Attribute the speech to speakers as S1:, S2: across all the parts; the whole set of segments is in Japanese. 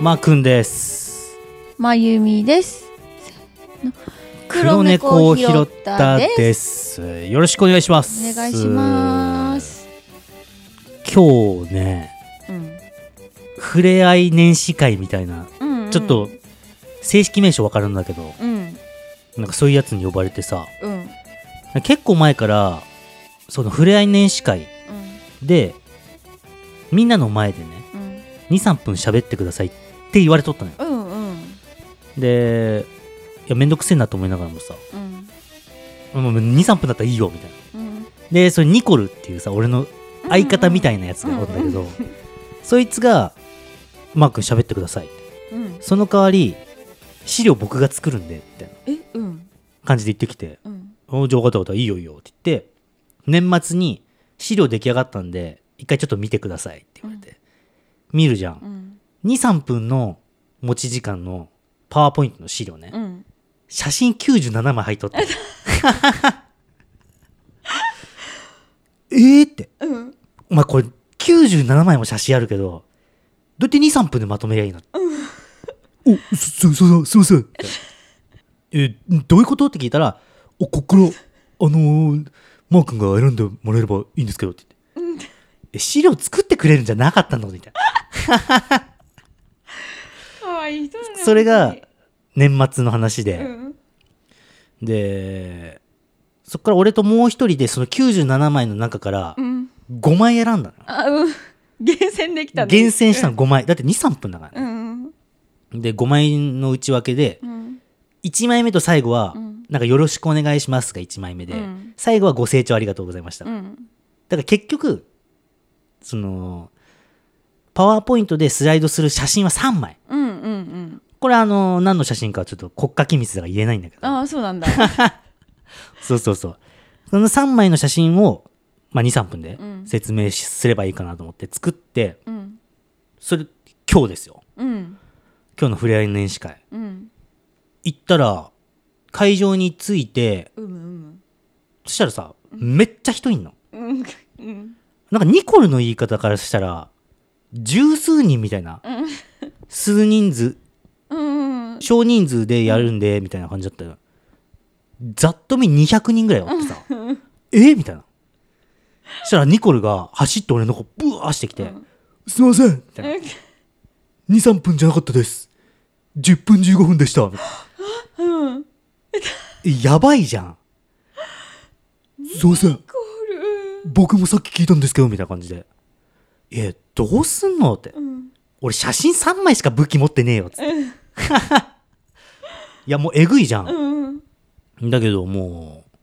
S1: まーくんです
S2: まゆみです。
S1: 黒猫を拾った
S2: す。
S1: ですよろしくお願いします
S2: お願いします。
S1: 今日ね
S2: うん
S1: 触れ合い年始会みたいな、
S2: うんうん
S1: ちょっと。正式名称わかるんだけど
S2: うん。
S1: なんかそういうやつに呼ばれてさ
S2: うん。うん。
S1: 結構前からその触れ合い年始会でみんなの前でね
S2: うん。
S1: 23分喋ってくださいって言われとったのよ
S2: うん。うん。
S1: でいやめんどくせえなと思いながらもさ
S2: うん。
S1: もう23分だったらいいよみたいな
S2: うん。
S1: でそれニコルっていうさ俺の相方みたいなやつがおるんだけど、そいつが「マー君喋ってください」
S2: うん。
S1: その代わり資料僕が作るんでみたいな
S2: え、うん。
S1: 感じで言ってきて
S2: うん。
S1: 「おじゃあ分かった分かったいいよいいよ」って言って年末に資料出来上がったんで一回ちょっと見てくださいって言われて、見るじゃ
S2: うんん。
S1: 23分の持ち時間のパワーポイントの資料ね、
S2: うん。
S1: 写真97枚入っとったえーって
S2: うん。
S1: お前これ97枚も写真あるけどどうやって23分でまとめりゃいいの、おすすすすいませんってえどういうことって聞いたら「おこっからあのーマー君が選んでもらえればいいんですけど」って言ってえ資料作ってくれるんじゃなかったの?」みたいな
S2: 可愛い人だね。
S1: それが
S2: 本
S1: 年末の話で、
S2: 当に。うん。
S1: でそっから俺ともう一人でその97枚の中から
S2: うん。
S1: 5枚選んだのよ、
S2: あ、うん。厳選できたね。
S1: 厳選したの5枚だって23分だから
S2: う
S1: ね、
S2: ん。
S1: で5枚の内訳で
S2: うん。
S1: 1枚目と最後は
S2: うん
S1: 「なんかよろしくお願いします」が1枚目で、
S2: うん
S1: 最後は「ご清聴ありがとうございました」
S2: う
S1: だ
S2: ん。
S1: から結局そのパワーポイントでスライドする写真は3枚
S2: うん。うん。うん。
S1: これあの何の写真かはちょっと国家機密だから言えないんだけど
S2: ああ、そうなん だ。
S1: そうそうそう。その3枚の写真を、まあ、2、3分で
S2: うん
S1: 説明しすればいいかなと思って作って、
S2: うん。
S1: それ、今日ですよ。
S2: うん。
S1: 今日の触れ合いの年始会。
S2: うん。
S1: 行ったら、会場に着いて、
S2: うむうむ。
S1: そしたらさ、めっちゃ人いんの。
S2: うん。うん。
S1: なんかニコルの言い方からしたら、十数人みたいな。数人数、
S2: うん。
S1: 少人数でやるんで、みたいな感じだったよ。ざっと見200人ぐらいあってさ、えみたいな。そしたらニコルが走って俺の子ブワーしてきて、すいませんみたいな23分じゃなかったです10分15分でしたみたい
S2: うん。
S1: なやばいじゃんすいません
S2: コール。
S1: 僕もさっき聞いたんですけどみたいな感じで「いやどうすんの?」って
S2: うん。
S1: 「俺写真3枚しか武器持ってねえよ」っつって いやもうえぐいじゃん
S2: うん。
S1: だけどもう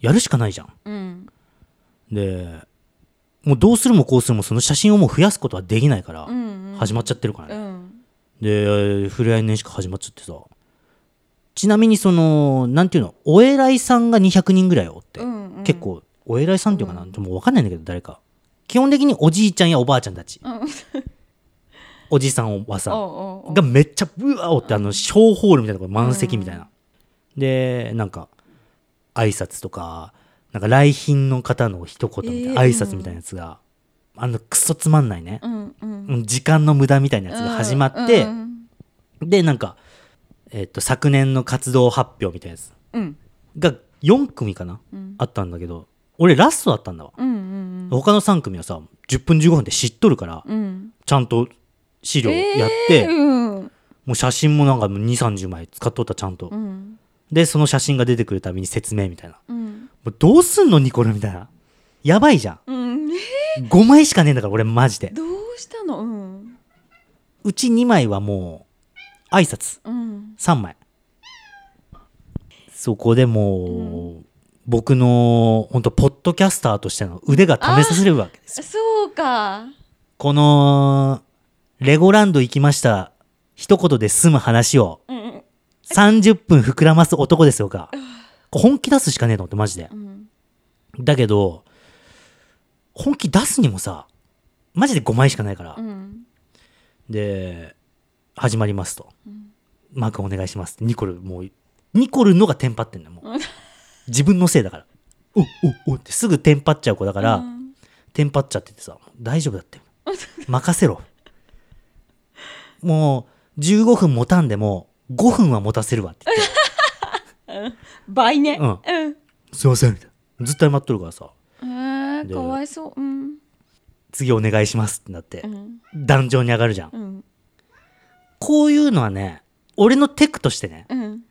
S1: やるしかないじゃん
S2: うん。
S1: でもうどうするもこうするもその写真をもう増やすことはできないから
S2: うん。
S1: 始まっちゃってるからね
S2: うん。
S1: でふれあい年しか始まっちゃってさちなみにそのなんていうのお偉いさんが200人ぐらいおって、
S2: うんうん
S1: 結構お偉いさんっていうかな、でもう分かんないんだけど誰か基本的におじいちゃんやおばあちゃんたち、
S2: ん
S1: おじさんおばさん
S2: おうおうおう
S1: がめっちゃブワーおってあの小ホールみたいなところ満席みたいな、でなんか挨拶とかなんか来賓の方の一言みたいな、
S2: えー
S1: 挨拶みたいなやつがあのクソつまんないね
S2: う、んうん。
S1: うん時間の無駄みたいなやつが始まって、
S2: うん。
S1: でなんか、えっと昨年の活動発表みたいなやつ
S2: うん。
S1: が4組かな、
S2: うん
S1: あったんだけど俺ラストだったんだわ、
S2: うんうん
S1: 他の3組はさ10分15分で知っとるから、
S2: うん。うん。
S1: ちゃんと資料やって、
S2: うん。
S1: もう写真もなんか2 3 0枚使っとったちゃんと、
S2: うん。
S1: でその写真が出てくるたびに説明みたいな
S2: うん。
S1: もうどうすんのニコルみたいなやばいじゃ
S2: うん。
S1: ん5枚しかねえんだから俺マジで
S2: どうしたのうん。
S1: うち2枚はもう挨拶
S2: うん。
S1: 3枚そこでもう、僕の本当ポッドキャスターとしての腕が試させるわけですよ
S2: そうか。
S1: この「レゴランド行きました」一言で済む話を
S2: うん。
S1: 30分膨らます男ですよかこれ本気出すしかねえと思ってマジで
S2: うん。
S1: だけど本気出すにもさマジで5枚しかないから、
S2: うん。
S1: で始まりますと、マークお願いしますニコルもうニコルのがテンパってんだよもう自分のせいだからおおおってすぐテンパっちゃう子だから、
S2: うん
S1: テンパっちゃっててさ大丈夫だって任せろもう15分持たんでも5分は持たせるわって言って
S2: 倍ね
S1: う
S2: うん
S1: 「すいません」みたいなずっと謝っとるからさ
S2: えー、
S1: で
S2: かわいそううん
S1: 「次お願いします」ってなって
S2: うん
S1: 壇上に上がるじゃん
S2: うん
S1: こういうのはね俺のテクとしてね
S2: うん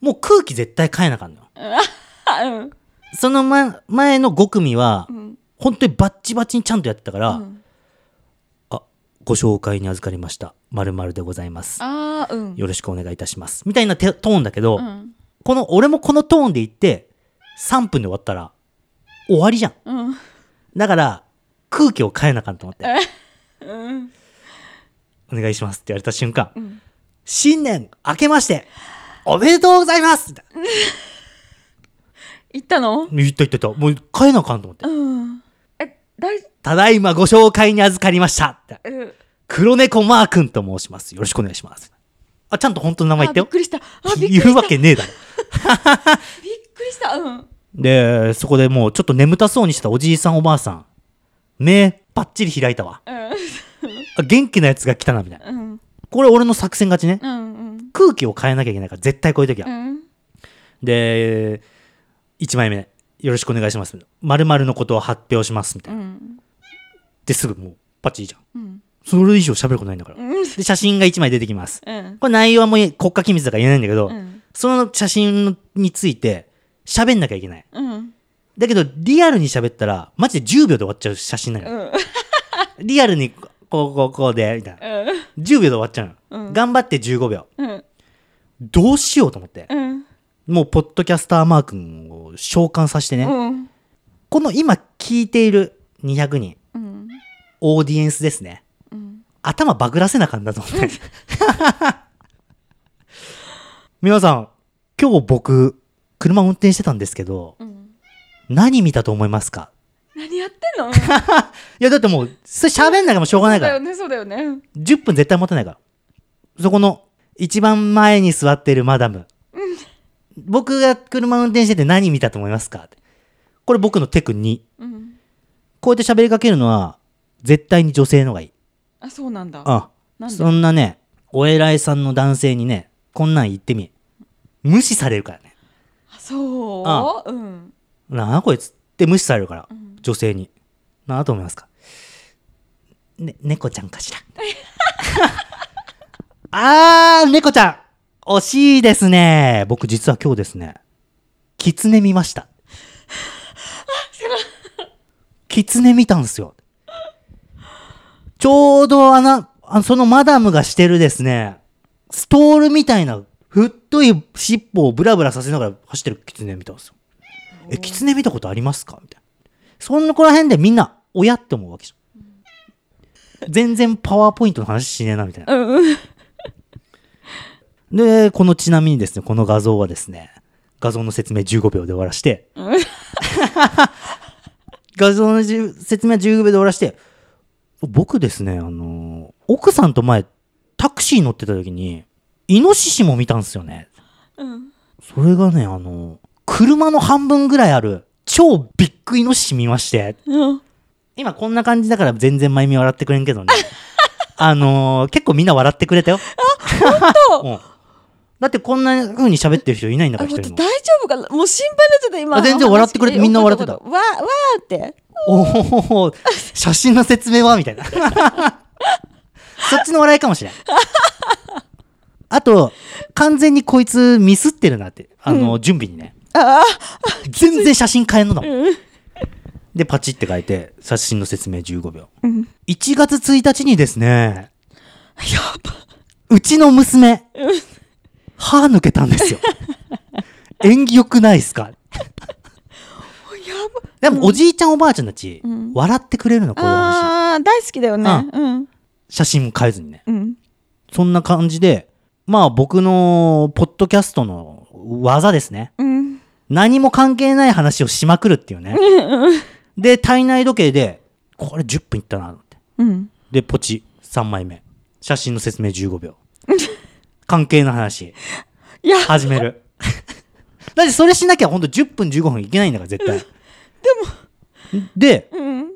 S1: もう空気絶対変えなあかんのよ
S2: あうん
S1: その前前の5組は
S2: うん
S1: 本当にバッチバチにちゃんとやってたから、
S2: うん
S1: あご紹介に預かりました〇〇でございます
S2: あーうん
S1: よろしくお願いいたしますみたいなテトーンだけど、
S2: うん
S1: この俺もこのトーンで言って3分で終わったら終わりじゃん
S2: うん
S1: だから空気を変えなあかんと思って
S2: うん
S1: 「お願いします」って言われた瞬間
S2: うん
S1: 「新年明けましておめでとうございます!」って
S2: 行ったの
S1: 言った言った言ったもう変えなあかんと思って
S2: うんえだい
S1: 「ただいまご紹介に預かりました」って
S2: うん
S1: 「黒猫マー君と申しますよろしくお願いします」あちゃんと本当の名前言
S2: あ
S1: って
S2: びっ
S1: よ
S2: くりしたあびっくりした
S1: 言うわけねえだろ
S2: びっくりしたうん
S1: でそこでもうちょっと眠たそうにしたおじいさんおばあさん目パッチリ開いたわあ元気なやつが来たなみたいな
S2: うん
S1: これ俺の作戦勝ちね
S2: うんうん
S1: 空気を変えなきゃいけないから絶対こういう時は、
S2: うん
S1: で1枚目よろしくお願いしますまるのことを発表しますみた
S2: う
S1: いな、
S2: ん
S1: ですぐもうパッチリじゃん
S2: うん
S1: それ以上喋ることないんだから、
S2: うん
S1: で写真が1枚出てきます
S2: うん
S1: これ内容はもう国家機密だから言えないんだけど、
S2: うん
S1: その写真について喋んなきゃいけない
S2: うん
S1: だけどリアルに喋ったらマジで10秒で終わっちゃう写真なのよ
S2: うん
S1: リアルにこうこうこうでみたいな
S2: う
S1: 10秒で終わっちゃうの、
S2: うん
S1: 頑張って15秒
S2: ん
S1: どうしようと思って、
S2: うん
S1: もうポッドキャスターマー君を召喚させてね、
S2: うん
S1: この今聞いている200人
S2: うん
S1: オーディエンスですね
S2: うん
S1: 頭バグらせなあかんだと思って皆さん今日僕車運転してたんですけど
S2: うん
S1: 何見たと思いますか
S2: 何やってんの
S1: いやだってもうそれ喋んなきゃもうしょうがないから
S2: そうだよねそうだよね
S1: 10分絶対持たないからそこの一番前に座ってるマダム僕が車運転してて何見たと思いますかってこれ僕のテク2
S2: うん
S1: こうやって喋りかけるのは絶対に女性のがいい
S2: あそうなんだ
S1: あ
S2: なんで
S1: そんなねお偉いさんの男性にねこんなん言ってみ無視されるからね
S2: あそう
S1: あ
S2: うん
S1: なあこいつって無視されるから
S2: うん
S1: 女性になあと思いますかね猫ちゃんかしらあー猫ちゃん惜しいですね僕実は今日ですねキツネ見ましたキツネ見たんですよちょうどあのあそのマダムがしてるですねストールみたいな太い尻尾をブラブラさせながら走ってるキツネ見たんですよえキツネ見たことありますかみたいなそんなこら辺でみんな、親って思うわけじゃん。全然パワーポイントの話しねえな、みたいな。
S2: うんうん
S1: で、このちなみにですね、この画像はですね、画像の説明15秒で終わらして、
S2: うん
S1: 画像のじゅ説明は15秒で終わらして、僕ですね、あのー奥さんと前、タクシー乗ってた時に、イノシシも見たんですよね。
S2: うん
S1: それがね、あのー車の半分ぐらいある、超ビッグイノシシ見まして、
S2: うん
S1: 今こんな感じだから全然前見笑ってくれんけど ね。あのー結構みんな笑ってくれたよ。 あ、本当、だってこんな風に喋ってる人いないんだか
S2: あ
S1: ら
S2: 待
S1: 一
S2: って
S1: 人
S2: 大
S1: も。
S2: 丈夫かなもう心配になっちゃった今
S1: あ全然笑ってくれて
S2: え
S1: みんな笑ってた
S2: 怒わわーって
S1: おお写真の説明はみたいな。そっちの笑いかもしれん。 あと、完全にこいつミスってるなって、あのー準備にね。
S2: あ
S1: 全然写真変えんのだもん。
S2: うん
S1: で、パチって書いて、写真の説明15秒。
S2: うん
S1: 1月1日にですね、
S2: やば
S1: うちの娘、歯抜けたん ですよ。縁起良くないですか
S2: やば
S1: でも、おじいちゃんおばあちゃんたち、
S2: うん
S1: 笑ってくれるの、こういう話。
S2: あー大好きだよね
S1: あ
S2: うん
S1: 写真も変えずにね。
S2: うん
S1: そんな感じで、まあ僕の、ポッドキャストの技ですね。
S2: うん
S1: 何も関係ない話をしまくるっていうね。で、体内時計で、これ10分いったな、って。
S2: うん
S1: で、ポチ、3枚目。写真の説明15秒。関係ない話。
S2: いや
S1: 始める。だってそれしなきゃほんと10分15分いけないんだから絶対。でも。で、
S2: うん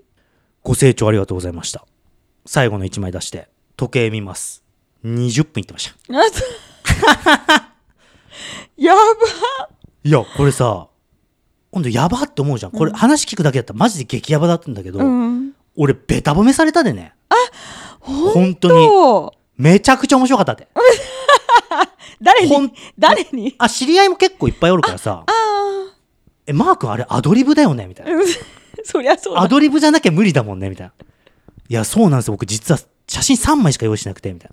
S1: ご清聴ありがとうございました。最後の1枚出して、時計見ます。 20分行ってました
S2: やばやば
S1: いやこれさ今度やばって思うじゃんこれ話聞くだけだったらマジで激ヤバだったんだけど、
S2: うん
S1: 俺ベタ褒めされたでね本当に
S2: と
S1: めちゃくちゃ面白かったって
S2: 誰
S1: ほん
S2: に誰に
S1: あ知り合いも結構いっぱいおるからさ
S2: あ
S1: えマー君あれアドリブだよねみたい
S2: あ
S1: な
S2: うん そりゃそう
S1: ア
S2: だ
S1: ドリブじゃなきゃ無理だもんねみたいないやそうなんですよ僕実は写真3枚しか用意しなくてみたい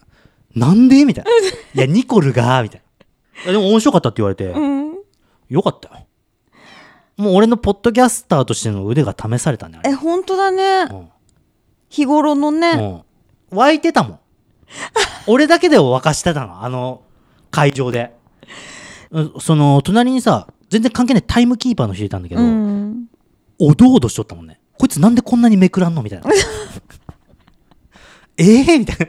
S1: ななんでみたいないやニコルがみたいないやでも面白かったって言われて、
S2: うん
S1: よかったよもう俺のポッドキャスターとしての腕が試されたねあれ
S2: え本当だ
S1: う
S2: ね
S1: ん
S2: 日頃のね
S1: うん、湧いてたもん俺だけで沸かしてたのあの会場でうんその隣にさ全然関係ないタイムキーパーの人いたんだけど、
S2: うん
S1: おどおどしとったもんねこいつなんでこんなにめくらんのみたいなええみたいな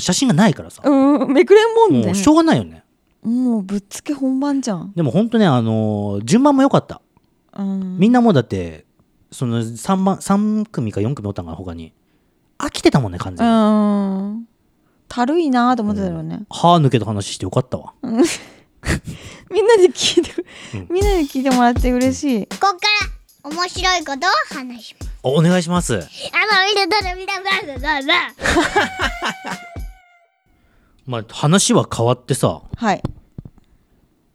S1: 写真がないからさ、
S2: うんめくれんもん
S1: も
S2: ね
S1: うしょうがないよね
S2: もうぶっつけ本番じゃん
S1: でもほんとねあのー順番も良かった
S2: うん
S1: みんなもうだってその 3, 番3組か4組おったんかな他に飽きてたもんね完全に、
S2: うんたるいなと思ってたよね、
S1: 歯抜けた話してよかったわ
S2: みんなで聞いてく、みんなで聞いてもらって嬉しい
S3: こっから面白いことを話します。
S1: おお願いします
S3: あまみだだだみだだだだだ。
S1: まあ話は変わってさ
S2: はい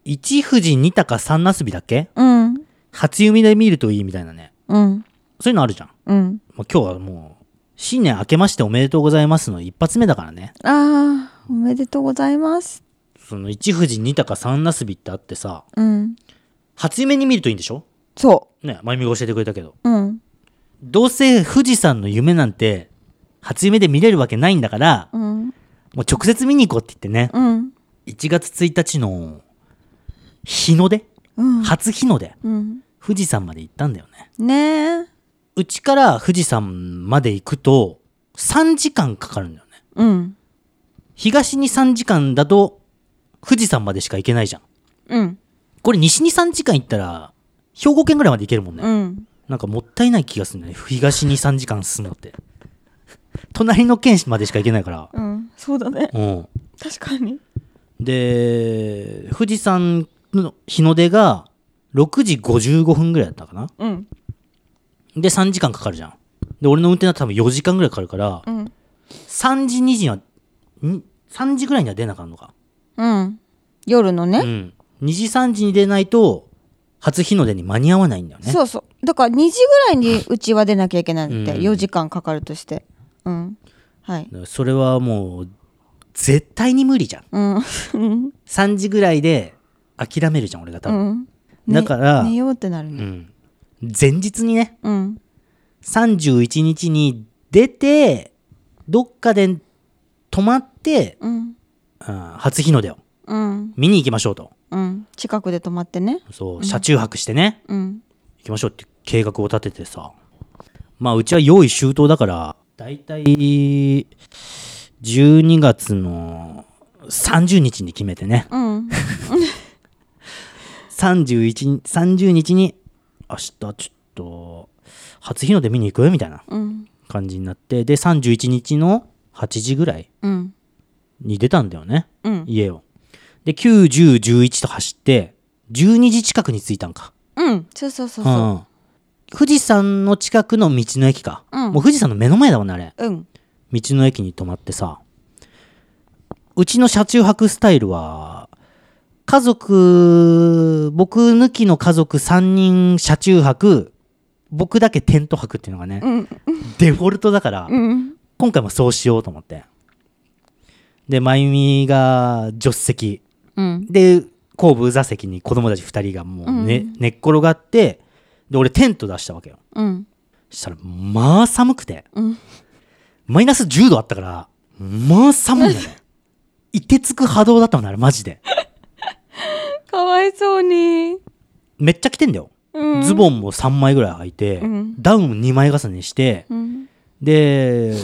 S1: 一富士二鷹三なすびだっけ
S2: うん
S1: 初夢で見るといいみたいなね
S2: うん
S1: そういうのあるじゃん、
S2: うん
S1: まあ、今日はもう新年明けましておめでとうございますの一発目だからね
S2: あーおめでとうございます
S1: その一富士二鷹三なすびってあってさ
S2: うん
S1: 初夢に見るといいんでしょ
S2: そ
S1: ねまゆみが教えてくれたけど
S2: ううん
S1: どうせ富士山の夢なんて初夢で見れるわけないんだから
S2: うん
S1: もう直接見に行こうって言ってね
S2: うん
S1: 1月1日の日の出
S2: うん
S1: 初日の出
S2: うん
S1: 富士山まで行ったんだよね
S2: ねえ
S1: うちから富士山まで行くと3時間かかるんだよね
S2: うん
S1: 東に3時間だと富士山までしか行けないじゃん
S2: うん
S1: これ西に3時間行ったら兵庫県ぐらいまで行けるもんね、
S2: うん
S1: なんかもったいない気がするんだよね東に3時間進むのって隣の県までしか行けないから
S2: うんそうだね
S1: うん
S2: 確かに
S1: で富士山の日の出が6時55分ぐらいだったかな
S2: うん
S1: で3時間かかるじゃんで俺の運転だと多分4時間ぐらいかかるから、
S2: うん
S1: 3時2時にはん3時ぐらいには出なあかんのか
S2: うん夜の
S1: う
S2: ね、
S1: ん2時3時に出ないと初日の出に間に合わないんだよね
S2: そうそうだから2時ぐらいにうちは出なきゃいけないんだっ
S1: う
S2: て、
S1: ん
S2: 四4時間かかるとしてうんはい
S1: だからそれはもう絶対に無理じゃん
S2: うんうん
S1: 3時ぐらいで諦めるじゃん俺が多分、
S2: うん
S1: だから
S2: 寝寝ようってなる
S1: う
S2: ね
S1: ん前日にね
S2: うん
S1: 31日に出てどっかで泊まって、
S2: うん
S1: うん初日の出を
S2: うん
S1: 見に行きましょうと
S2: うん近くで泊まってね
S1: そう車中泊してね、
S2: うん
S1: 行きましょうって計画を立ててさまあうちは用意周到だからだいたい12月の30日に決めてね
S2: うん
S1: 31 30日に明日ちょっと初日の出見に行くみたいな
S2: うん
S1: 感じになってで31日の8時ぐらい
S2: うん
S1: に出たんだよね
S2: うん
S1: 家をで91011と走って12時近くに着いたんか
S2: うんそうそうそうそう
S1: うん富士山の近くの道の駅か、
S2: うん
S1: もう富士山の目の前だもんねあれ
S2: うん
S1: 道の駅に泊まってさうちの車中泊スタイルは家族僕抜きの家族3人車中泊僕だけテント泊っていうのがね、
S2: ん
S1: デフォルトだから、
S2: うん
S1: 今回もそうしようと思ってで真由美が助手席
S2: うん
S1: で後部座席に子供たち2人がもう、ね寝っ転がってで俺テント出したわけよ
S2: うん
S1: したらまあ寒くて、
S2: うん
S1: マイナス10度あったからまあ寒いんだ ね凍てつく波動だったもんねあれマジで
S2: かわいそうに
S1: めっちゃ着てんだよ、
S2: うん
S1: ズボンも3枚ぐらい履いて、
S2: うん
S1: ダウン2枚重ねして、
S2: うん
S1: で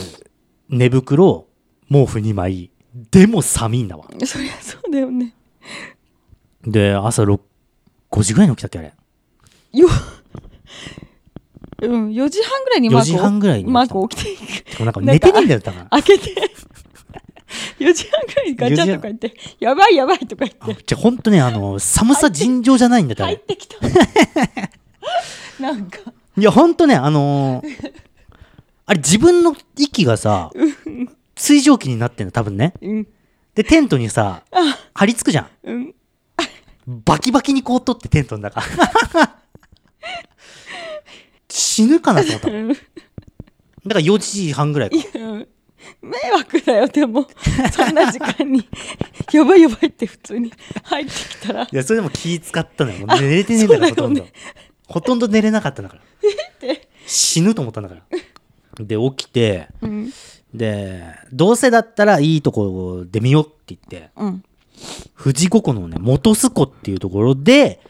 S1: 寝袋毛布2枚でも寒いんだわ
S2: そりゃそうだよね
S1: で朝6 5時ぐらいに起きたっけあれ
S2: ようん、4時半ぐらいにマーク
S1: 4時半ぐらいに起きた
S2: マーク起きていく
S1: でもなんか寝てねえんだよ、多分。
S2: 開けて4時半ぐらいにガチャとか言って「やばいやばい」とか言って
S1: あじゃあほんとね、あの、寒さ尋常じゃないんだって、あ
S2: 入っ
S1: れ。
S2: てきたなんか
S1: いや、ほんとね、あの ーあれ自分の息がさ、水蒸気になってんの、多分ね。
S2: うん
S1: で、テントにさ、張り付くじゃん。
S2: うん
S1: バキバキにこう取ってテントの 中。死ぬかなと 思った。だから4時半ぐらいか。
S2: うん迷惑だよでもそんな時間に「やばいやばい」って普通に入ってきたら
S1: いや、それでも気使ったのよ。もう寝れてねえんだから、
S2: そ
S1: ほ
S2: う
S1: と
S2: だよ
S1: ん
S2: ね
S1: ど。ほとんど寝れなかったんだから。
S2: て
S1: 死ぬと思ったんだから。で、起きて、
S2: うん
S1: で、どうせだったらいいとこで見ようって言って、
S2: うん
S1: 富士五湖のね、元栖湖っていうところで、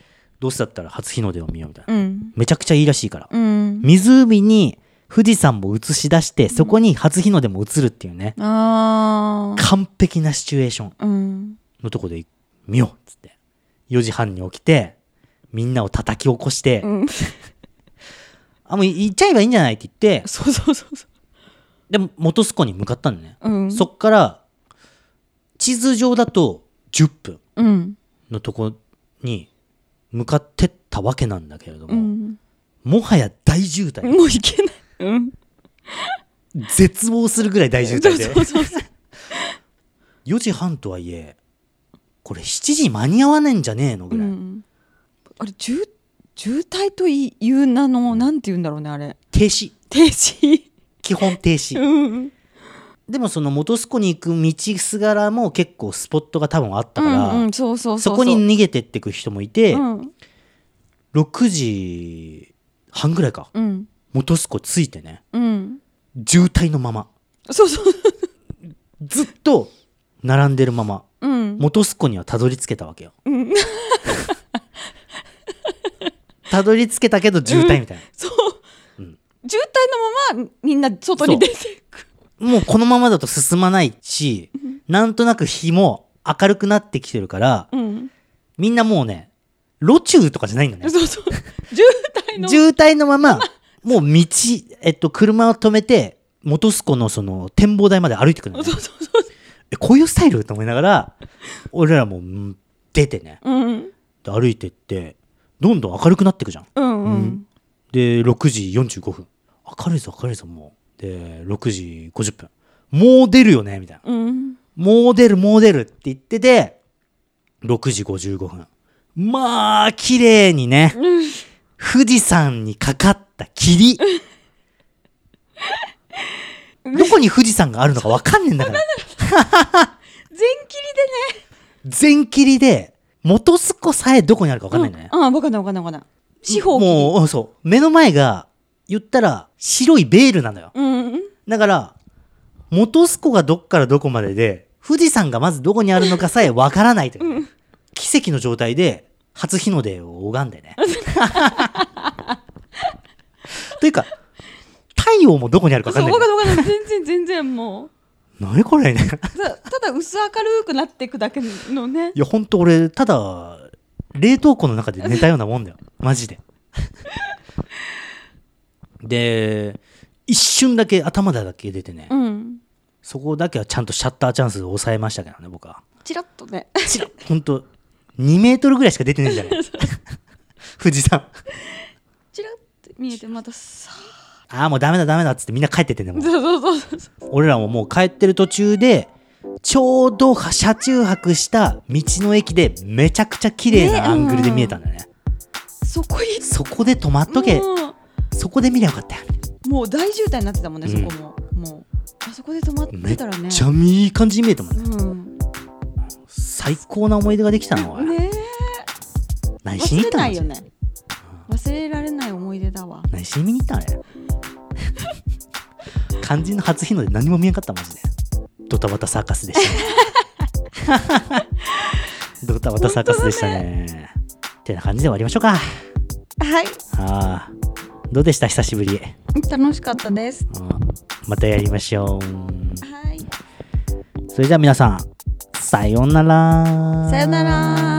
S1: どうせだったら初日の出を見ようみたいな。
S2: うん
S1: めちゃくちゃいいらしいから。
S2: うん
S1: 湖に富士山も映し出して、そこに初日の出も映るっていうね、
S2: あー
S1: 完璧なシチュエーション
S2: うん
S1: のとこで見ようっつって。4時半に起きて、みんなを叩き起こして、
S2: うん
S1: あ、もう行っちゃえばいいんじゃないって言って、
S2: そうそうそうそ
S1: で、元栖湖に向かったんだね。
S2: ううん
S1: そっから、地図上だと10分
S2: うん
S1: のとこに向かってったわけなんだけれども、
S2: うん
S1: もはや大渋滞。
S2: もういけないうん
S1: 絶望するぐらい大渋
S2: そう
S1: 滞で
S2: そ。うそうそう
S1: 4時半とはいえ、これ7時間に合わねえんじゃねえのぐらい。
S2: うん、あれ渋渋滞という名のなんて言うんだろうねあれ
S1: 停止。
S2: 停 止
S1: 基本停止。
S2: うん
S1: でもその元栖湖に行く道すがらも結構スポットが多分あったから、
S2: うんうん、そうそうそ
S1: そ
S2: う
S1: こに逃げてってく人もいて、
S2: うん
S1: 6時半ぐらいか
S2: うん
S1: 元栖湖着いてね
S2: うん
S1: 渋滞のまま
S2: そうそう
S1: ずっと並んでるまま
S2: うん
S1: 元栖湖にはたどり着けたわけよ
S2: うん
S1: たどり着けたけど渋滞みたいな、
S2: そう、
S1: ん
S2: 渋滞のままみんな外に出てく
S1: もうこのままだと進まないしなんとなく日も明るくなってきてるから
S2: うん
S1: みんなもうね路中とかじゃないんだね
S2: そうそう渋滞の
S1: 渋滞のままもう道、えっと、車を止めて元栖湖のその展望台まで歩いてくるのね
S2: そうそうそう
S1: えこういうスタイルと思いながら俺らもうん出てね
S2: うん
S1: で歩いてってどんどん明るくなっていくじゃん
S2: うんうん
S1: で6時45分明るいぞ明るいぞもうで6時50分もう出るよねみたいな
S2: うん
S1: もう出るもう出るって言ってて6時55分まあ綺麗にね富士山にかかった霧どこに富士山があるのかわかんねえんだから
S2: 全切り
S1: 全霧で元栖湖さえどこにあるかわかんないん
S2: で
S1: だ
S2: ね
S1: ね、
S2: ああ分かんない分かんない分かんない四方切り
S1: もううんそう目の前が言ったら白いベールなのよ
S2: うん
S1: だから元栖湖がどっからどこまでで富士山がまずどこにあるのかさえわからないという、奇跡の状態で初日の出を拝んで ねというか太陽もどこにあるかわか
S2: そ
S1: ん
S2: う
S1: ない
S2: 分かんない分かんない全然全然もう
S1: 何これね
S2: たただ薄明るくなっていくだけのね
S1: いやほんと俺ただ冷凍庫の中で寝たようなもんだよマジでで一瞬だけ頭だけ出てね、
S2: うん
S1: そこだけはちゃんとシャッターチャンスを抑えましたけどね僕は
S2: チラッとね
S1: ほんと2メートルぐらいしか出てないんじゃない富士山
S2: チラッて見えてまたさー
S1: ああもうダメだダメだっつってみんな帰ってってねもう
S2: そうそうそうそう
S1: 俺らももう帰ってる途中でちょうど車中泊した道の駅でめちゃくちゃ綺麗なアングルで見えたんだね
S2: そこ行っ
S1: そこで止まっとけ、
S2: も
S1: そこで見りゃよかったよ
S2: うもう大渋滞になってたもんね、
S1: うん
S2: そこももうあそこで止まっ
S1: め
S2: て
S1: った
S2: らね
S1: ちゃいい感じに見えたもんね
S2: うん
S1: 最高な思い出ができたのおい
S2: ねえ
S1: 何しに行
S2: 忘
S1: っ
S2: れ
S1: たの
S2: ないよね忘れられない思い出だわ
S1: 何しに見に行ったのあれ肝心の初日の出何も見えんかったマジでドタバタサーカスで したねドタバタサーカスでしたねってな感じで終わりましょうか
S2: はい
S1: あーどうでした久しぶり、
S2: 楽しかったです
S1: うんまたやりましょう
S2: はい
S1: それじゃあ皆さんさようなら
S2: さよなら